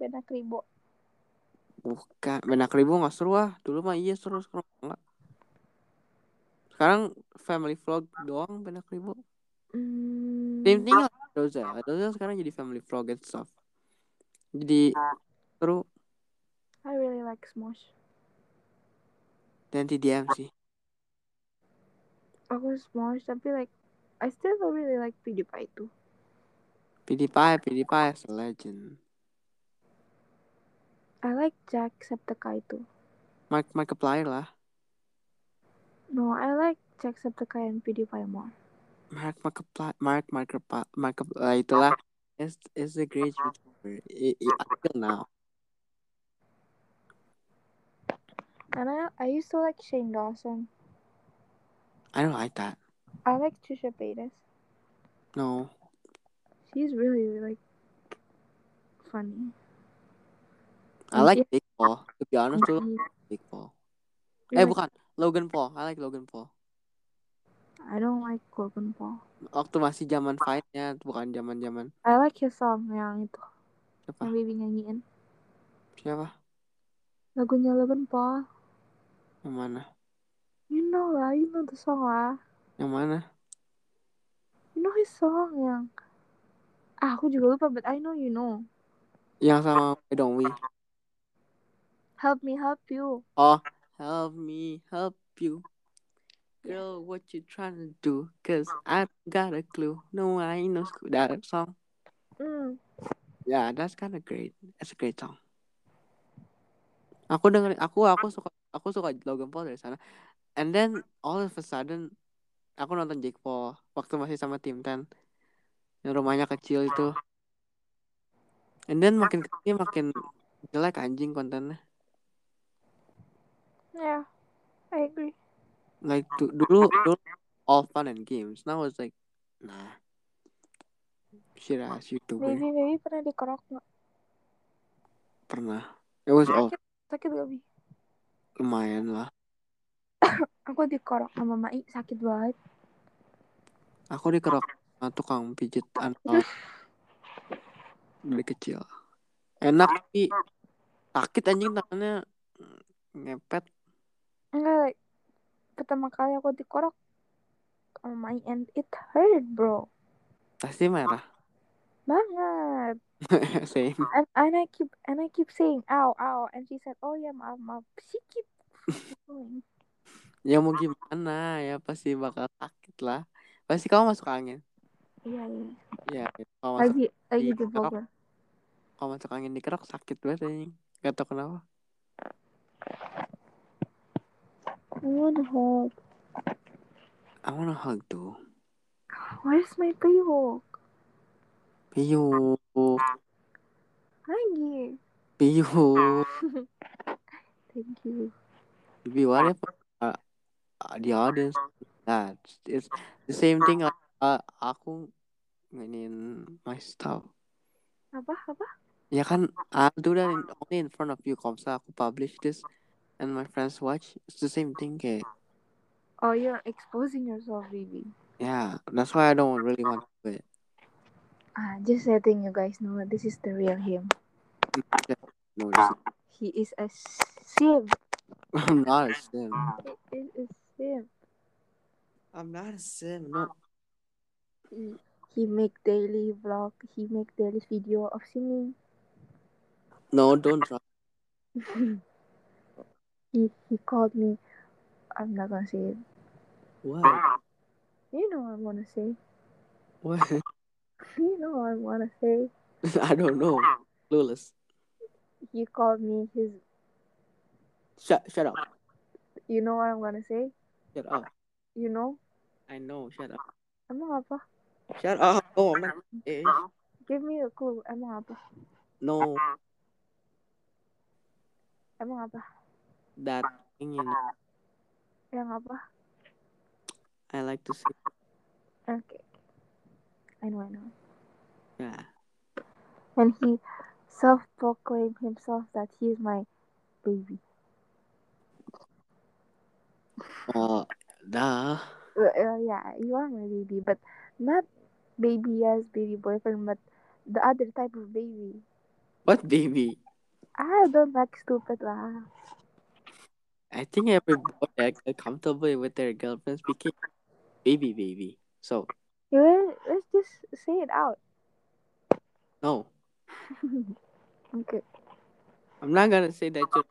Speaker 2: Beda kribo.
Speaker 1: bukan benak ribu nggak seru ah dulu mah iya seru sekarang nggak sekarang family vlog doang benak ribu
Speaker 2: Hmm.
Speaker 1: Same thing lah Doza. Doza sekarang jadi family vlog and stuff. Jadi seru
Speaker 2: I really like Smosh.
Speaker 1: nanti diam sih.
Speaker 2: Aku Smosh tapi like I still don't really like PewDiePie too.
Speaker 1: PewDiePie, PewDiePie is a legend.
Speaker 2: I like Jacksepticeye too.
Speaker 1: Mark Markiplier lah.
Speaker 2: No, I like Jacksepticeye and PewDiePie more.
Speaker 1: Mark Markiplier, Mark Markiplier, Markiplier itulah. Is is the great YouTuber. I, I, until now.
Speaker 2: And I I used to like Shane Dawson.
Speaker 1: I don't like that.
Speaker 2: I like Trisha Paytas.
Speaker 1: No.
Speaker 2: She's really like funny.
Speaker 1: I like Big Paul. To be honest, tuh Big Paul. Eh
Speaker 2: Like,
Speaker 1: bukan, Logan Paul. I like Logan Paul.
Speaker 2: I don't like Logan Paul.
Speaker 1: Waktu masih zaman fight-nya, bukan zaman-zaman
Speaker 2: I like his song yang itu yang
Speaker 1: siapa?
Speaker 2: Bibi nyanyiin.
Speaker 1: Siapa?
Speaker 2: Lagunya Logan Paul.
Speaker 1: Yang mana?
Speaker 2: You know lah, you know the song lah.
Speaker 1: Yang mana?
Speaker 2: You know his song yang ah, aku juga lupa, but I know you know.
Speaker 1: Yang sama Why Don't We?
Speaker 2: Help me, help you.
Speaker 1: Oh, help me, help you. Girl, what you trying to do? Cause I got a clue. No, I ain't no school. That song.
Speaker 2: Mm.
Speaker 1: Yeah, that's kind of great. That's a great song. Aku dengerin, aku aku suka aku suka Logan Paul dari sana. And then all of a sudden aku nonton Jake Paul waktu masih sama Tim Ten. Yang rumahnya kecil itu. And then makin kecil makin jelek anjing kontennya.
Speaker 2: Yeah, I agree.
Speaker 1: Like du- dulu dulu all fun and games. Now it's like nah. Shit ass YouTuber.
Speaker 2: Baby, baby pernah dikerok nggak?
Speaker 1: pernah it was off
Speaker 2: sakit gak bi
Speaker 1: lumayan lah
Speaker 2: aku dikorok sama Mai sakit banget
Speaker 1: aku dikerok sama tukang pijit anak dari kecil enak tapi sakit anjing tangannya mm, ngepet
Speaker 2: enggak like, pertama kali aku dikorok sama Mai and it hurt bro
Speaker 1: pasti merah
Speaker 2: banget
Speaker 1: same
Speaker 2: and, and I keep and I keep saying ow ow and she said oh ya maaf maaf she keep going.
Speaker 1: ya mau gimana ya pasti bakal sakit lah pasti kamu masuk angin
Speaker 2: iya iya
Speaker 1: ya kamu masuk
Speaker 2: lagi lagi
Speaker 1: Iya,
Speaker 2: di Bogor
Speaker 1: kalau masuk angin dikerok sakit banget anjing gak tau kenapa
Speaker 2: what the heck
Speaker 1: I wanna hug tuh
Speaker 2: where's my paywalk
Speaker 1: piu
Speaker 2: lagi
Speaker 1: piu
Speaker 2: thank you
Speaker 1: be what if uh, uh, the audience that it's the same thing like uh, aku nginin my stuff
Speaker 2: apa apa
Speaker 1: ya kan I'll do that in, only in front of you kalau misalnya aku publish this and my friends watch it's the same thing kayak
Speaker 2: oh you're exposing yourself baby
Speaker 1: yeah that's why I don't really want to do it
Speaker 2: Ah, just letting you guys know this is the real him.
Speaker 1: no it's
Speaker 2: He is a simp.
Speaker 1: I'm not a sim
Speaker 2: It is a simp.
Speaker 4: I'm not a sim. No.
Speaker 2: He, he make daily vlog. He make daily video of singing.
Speaker 1: no don't try
Speaker 2: He he called me. I'm not gonna say it.
Speaker 1: what
Speaker 2: You know what I wanna say.
Speaker 1: what
Speaker 2: You know what I wanna say.
Speaker 1: I don't know clueless
Speaker 2: He called me his.
Speaker 1: shut shut up
Speaker 2: You know what I'm gonna say.
Speaker 1: shut up
Speaker 2: You know.
Speaker 4: I know. Shut up.
Speaker 2: Emang apa?
Speaker 4: Shut up. Oh, I'm not. eh,
Speaker 2: Give me a clue. Emang apa?
Speaker 4: No.
Speaker 2: Emang apa?
Speaker 4: That thing, you know.
Speaker 2: Yang apa?
Speaker 4: I like to see.
Speaker 2: Okay. I know. I know.
Speaker 4: Yeah.
Speaker 2: and he self-proclaimed himself that he is my baby.
Speaker 1: oh dah
Speaker 2: Uh, uh, yeah, you are my baby, but not baby as baby boyfriend, but the other type of baby.
Speaker 1: what baby
Speaker 2: I don't like stupid lah.
Speaker 1: I think every boy that get uh, comfortable with their girlfriends became baby baby. So
Speaker 2: You know, Let's just say it out.
Speaker 1: no,
Speaker 2: Okay.
Speaker 1: I'm not gonna say that you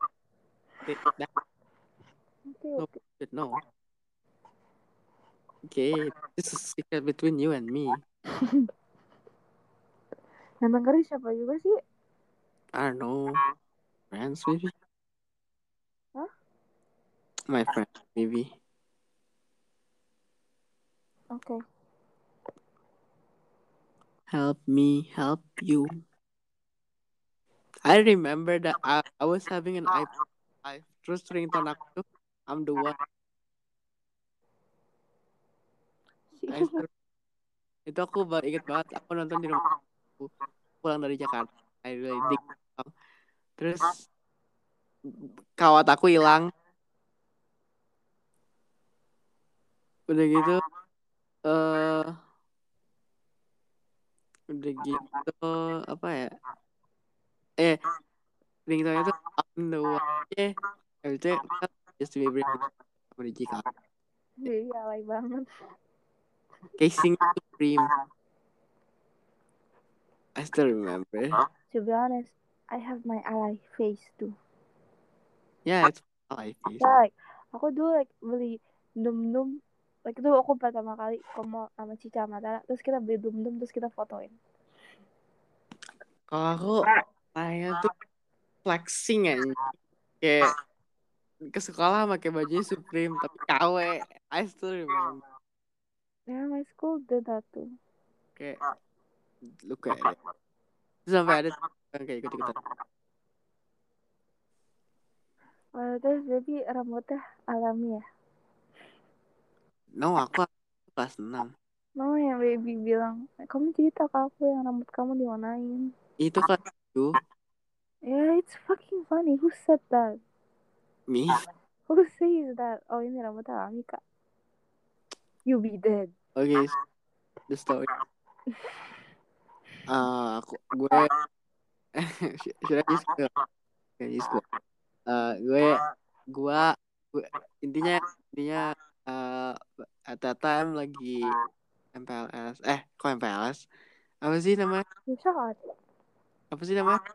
Speaker 1: that that-
Speaker 2: Okay.
Speaker 1: Nope.
Speaker 2: okay.
Speaker 1: but no. Okay, this is secret between you and me.
Speaker 2: Yang dengerin siapa juga sih?
Speaker 1: I don't know. Friends maybe?
Speaker 2: Huh?
Speaker 1: My friend maybe.
Speaker 2: Okay.
Speaker 1: Help me help you. I remember that I, I was having an iPod I terus ringtone aku tuh, I'm the one Nah, itu, itu aku baru inget banget aku nonton di rumah aku pulang dari Jakarta I really dig Jepang. terus kawat aku hilang udah gitu eh udah gitu apa ya eh ringtone itu I'm the one yeah habis itu just to be brave sama DJ Kak.
Speaker 2: Jadi alay banget.
Speaker 1: Casing Supreme I still remember
Speaker 2: To be honest, I have my ally face too.
Speaker 1: Yeah, it's life. is-
Speaker 2: like aku dulu like beli dum dum like itu aku pertama kali ke mall sama Cica sama Tara terus kita beli dum dum terus kita fotoin
Speaker 4: Kalau aku, saya tuh flexing aja. Kayak
Speaker 1: Ke sekolah pakai bajunya Supreme tapi KW. I still remember.
Speaker 2: yeah Nah, my school did that too
Speaker 1: Kayak lu kayak Terus sampai ada yang kayak ikut ikutan.
Speaker 2: Wah, terus jadi rambutnya alami ya
Speaker 1: No, aku kelas 6.
Speaker 2: mama yang baby bilang kamu cerita ke aku yang rambut kamu diwarnain
Speaker 1: Itu kelas 7.
Speaker 2: Yeah, Ya, it's fucking funny. Who said that?
Speaker 1: Me?
Speaker 2: Who says that? Oh, ini rambutnya alami kak. You be dead.
Speaker 1: Oke, so the story. Ah, aku gue should should I just go? Okay, just go. Eh, gue gua gue- intinya intinya eh at that time lagi MPLS eh kok MPLS apa sih namanya
Speaker 2: You shot.
Speaker 1: apa sih namanya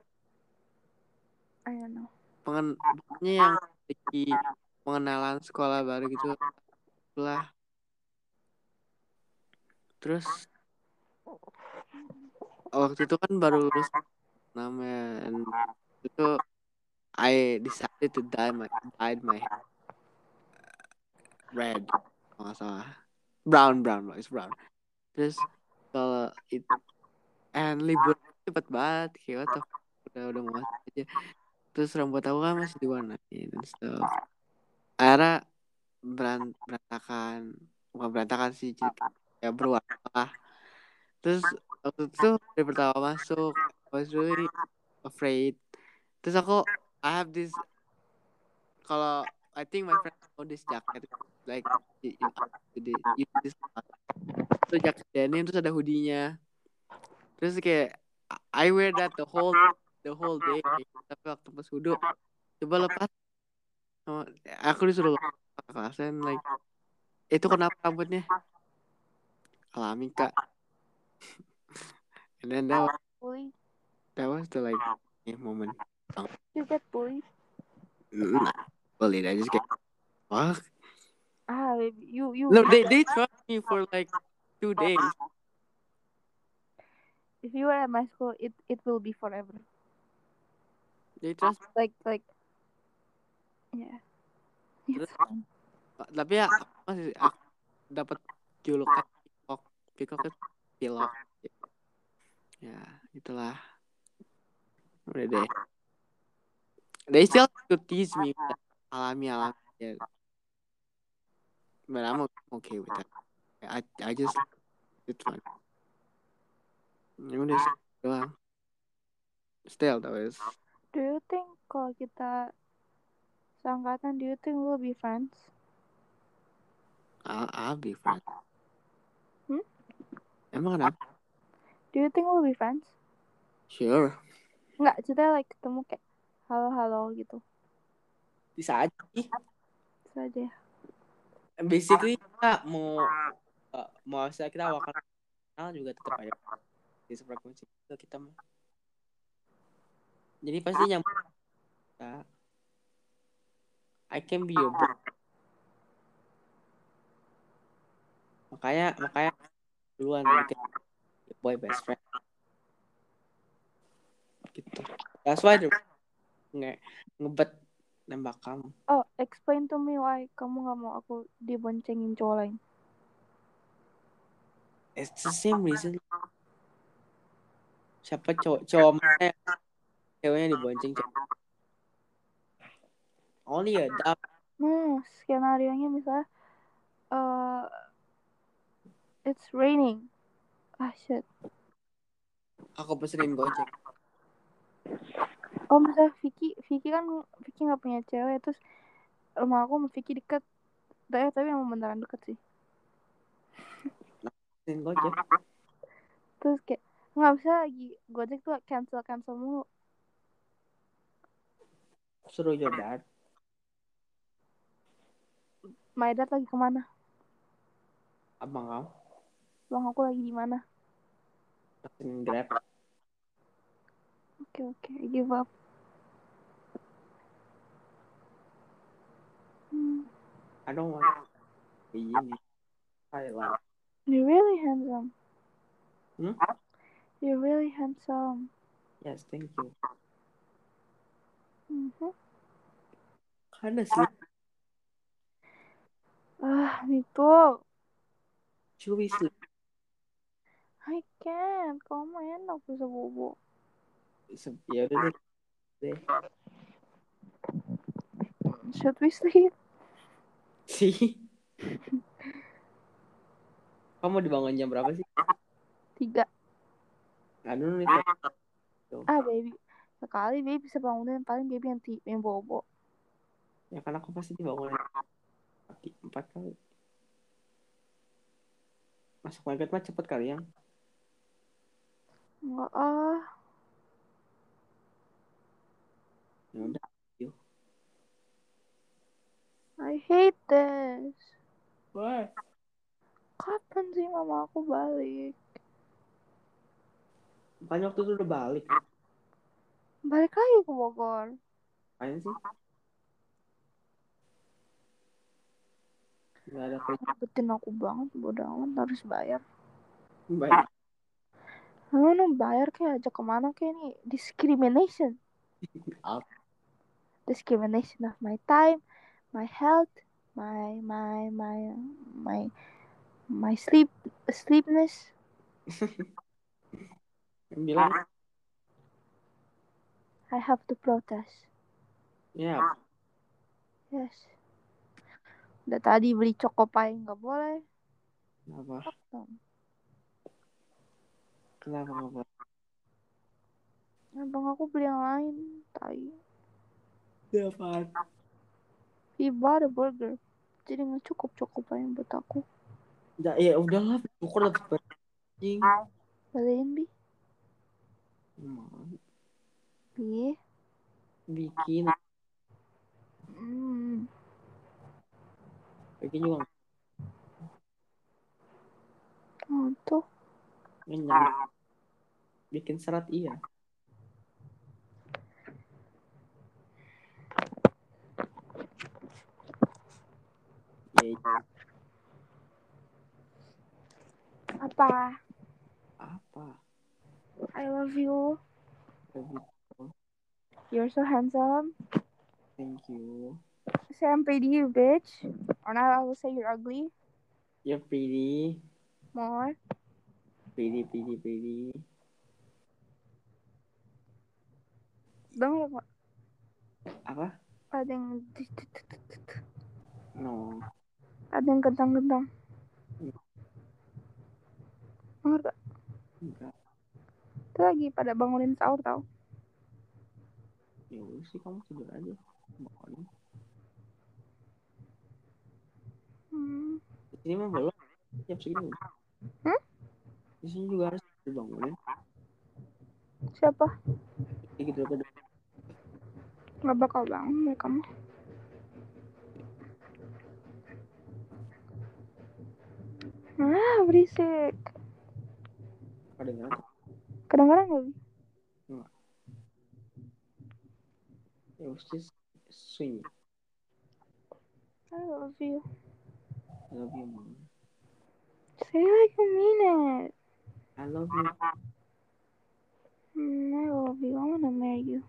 Speaker 2: I don't know.
Speaker 1: pengen pokoknya yang lagi pengenalan sekolah baru gitu lah terus waktu itu kan baru lulus namanya and itu I decided to dye my dyed my hair uh, red kalau nggak salah brown brown it's brown terus kalau itu and libur cepet banget kayak what the fuck, udah udah mau masuk aja terus rambut aku kan masih diwarnain dan stuff akhirnya beran- berantakan bukan berantakan sih cerita ya berwarna lah terus waktu itu dari pertama masuk I was really afraid terus aku I have this kalau I think my friend know this jacket like you, you, you, you this itu jaket denim terus ada hoodie-nya terus kayak I wear that the whole the whole day tapi waktu pas wudhu coba lepas Oh, aku disuruh lepas kakak kelasan like itu kenapa rambutnya alami kak and then that was,
Speaker 2: Bully.
Speaker 1: that was the like eh, moment
Speaker 2: You get bullied.
Speaker 1: nah, boleh I just kayak wah
Speaker 2: Ah, you you.
Speaker 1: no they they tried me for like two days
Speaker 2: If you were at my school, it it will be forever.
Speaker 1: they trust
Speaker 2: Like like. Yeah. It's fun.
Speaker 1: tapi ya aku masih aku dapat julukan pikok pikok itu pilok ya itulah udah deh they still to tease me but alami alami ya but I'm okay with that I I just it's fun ya udah sih, doang still that was
Speaker 2: Do you think kalau kita seangkatan, do you think we'll be friends?
Speaker 1: I'll, I'll be fine
Speaker 2: Hmm?
Speaker 1: emang kenapa
Speaker 2: Do you think we'll be friends?
Speaker 1: sure
Speaker 2: Enggak, kita like ketemu kayak halo halo gitu
Speaker 4: bisa aja sih.
Speaker 2: saja.
Speaker 4: basically kita mau uh, mau saya kita awal kenal juga tetap aja di sefrekuensi itu kita mah. jadi pasti nyambung Nah, I can be your bro makanya makanya duluan bikin boy best friend gitu that's why the- nge ngebet nembak kamu
Speaker 2: Oh, explain to me why kamu nggak mau aku diboncengin cowok lain.
Speaker 4: It's the same reason. Siapa cowok cowok mana yang ceweknya dibonceng? Oh, iya, cowok? Only a dog.
Speaker 2: Nah, skenario nya misalnya eh it's raining. Ah shit.
Speaker 4: Aku pesenin gojek.
Speaker 2: Oh, misalnya Vicky, Vicky kan Vicky nggak punya cewek terus rumah aku sama Vicky deket. Tapi tapi emang beneran deket sih.
Speaker 4: Pesenin gojek.
Speaker 2: Terus kayak nggak bisa lagi Gojek tuh cancel cancel mulu.
Speaker 4: Suruh your dad.
Speaker 2: My dad lagi kemana?
Speaker 4: Abang kamu
Speaker 2: Bang aku lagi di mana?
Speaker 4: pesenin grab.
Speaker 2: Oke oke, I give up. Hmm,
Speaker 4: I don't want. Ini. I love.
Speaker 2: you're really handsome.
Speaker 4: Hmm?
Speaker 2: You're really handsome.
Speaker 4: Yes, thank you.
Speaker 2: Mhm.
Speaker 4: Kinda sweet.
Speaker 2: Ah, me too.
Speaker 4: Chewy sweet.
Speaker 2: I can't. Kamu enak bisa bobo.
Speaker 4: Se- Ya udah deh. deh.
Speaker 2: Should we sleep?
Speaker 4: Sih. Kamu dibangun jam berapa sih?
Speaker 2: Tiga.
Speaker 4: I don't know if I-
Speaker 2: Ah, baby. sekali baby bisa bangunin paling baby yang ti yang bobo
Speaker 1: Ya kan aku pasti dibangunin mati empat kali. Masuk maghrib mah cepet kali ya. yang.
Speaker 2: nggak ah
Speaker 1: Ya udah.
Speaker 2: I hate this
Speaker 1: Wah.
Speaker 2: kapan sih mama aku balik
Speaker 1: Makanya waktu itu udah balik.
Speaker 2: balik lagi ke Bogor
Speaker 1: Apaan sih? Gak ada kerja
Speaker 2: ngebetin aku banget bodoh amat harus bayar
Speaker 1: baik.
Speaker 2: Lu nu bayar kayak ajak kemana kayak nih discrimination
Speaker 1: Apa?
Speaker 2: discrimination of my time my health my my my my my sleep sleepness
Speaker 1: Yang bilang,
Speaker 2: I have to protest
Speaker 1: ya
Speaker 2: yes udah tadi beli cokopai nggak boleh
Speaker 1: kenapa?
Speaker 2: lockdown
Speaker 1: Kenapa? Kenapa?
Speaker 2: abang aku beli yang lain tai
Speaker 1: Ya, apaan?
Speaker 2: he bought a burger jadi nggak cukup cokopai buat aku
Speaker 1: Ya, ya udahlah, syukur lebih baik. Anjing.
Speaker 2: beliin bi
Speaker 1: Emang,
Speaker 2: bi
Speaker 1: Bikin,
Speaker 2: hmm.
Speaker 1: bikin juga
Speaker 2: untuk
Speaker 1: ngenyam. Bikin serat iya. Ya,
Speaker 2: apa
Speaker 1: apa?
Speaker 2: I love you
Speaker 1: Lebih-
Speaker 2: you're so handsome
Speaker 1: Thank you.
Speaker 2: Say I'm pretty, you bitch. Or not, I will say you're ugly.
Speaker 1: Ya, pilih.
Speaker 2: More.
Speaker 1: Pilih, pilih, pilih.
Speaker 2: Don't look
Speaker 1: Apa?
Speaker 2: ada yang
Speaker 1: No.
Speaker 2: ada yang gentang-gentang. Dengar gak?
Speaker 1: Enggak.
Speaker 2: Itu lagi pada bangunin sahur tau.
Speaker 1: Ya udah sih, kamu tidur aja. Bangun.
Speaker 2: Hmm.
Speaker 1: Di sini mah belum. Jam segini.
Speaker 2: Hmm?
Speaker 1: Di sini juga harus dibangunin.
Speaker 2: Siapa?
Speaker 1: Jadi gitu daripada
Speaker 2: Gak bakal bangun mereka mah. Ah, berisik.
Speaker 1: kedengeran.
Speaker 2: Kedengeran gak? Bi?
Speaker 1: Ya udah sunyi.
Speaker 2: I love you.
Speaker 1: I love you, mom.
Speaker 2: Say like you mean it.
Speaker 1: I love you.
Speaker 2: Hmm, I love you. I wanna marry you.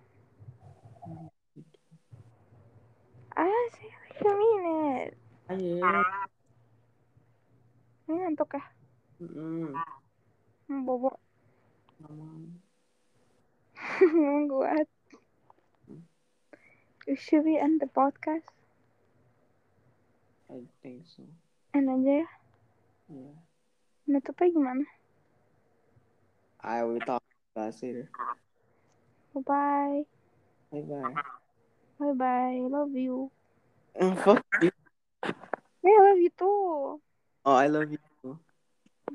Speaker 2: Ah, say like you mean it.
Speaker 1: Ayo.
Speaker 2: Ini ngantuk ya?
Speaker 1: Mm-mm.
Speaker 2: Hmm, Bobo.
Speaker 1: Mama.
Speaker 2: Emang kuat. Should we end the podcast?
Speaker 1: I think so.
Speaker 2: End aja ya.
Speaker 1: Yeah.
Speaker 2: Menutupnya gimana?
Speaker 1: I will talk about it later.
Speaker 2: Bye-bye.
Speaker 1: Bye-bye.
Speaker 2: Bye-bye. Love you.
Speaker 1: Eh, Fuck you.
Speaker 2: Yeah, love you too.
Speaker 1: Oh, I love you.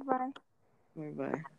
Speaker 2: Bye.
Speaker 1: Bye-bye.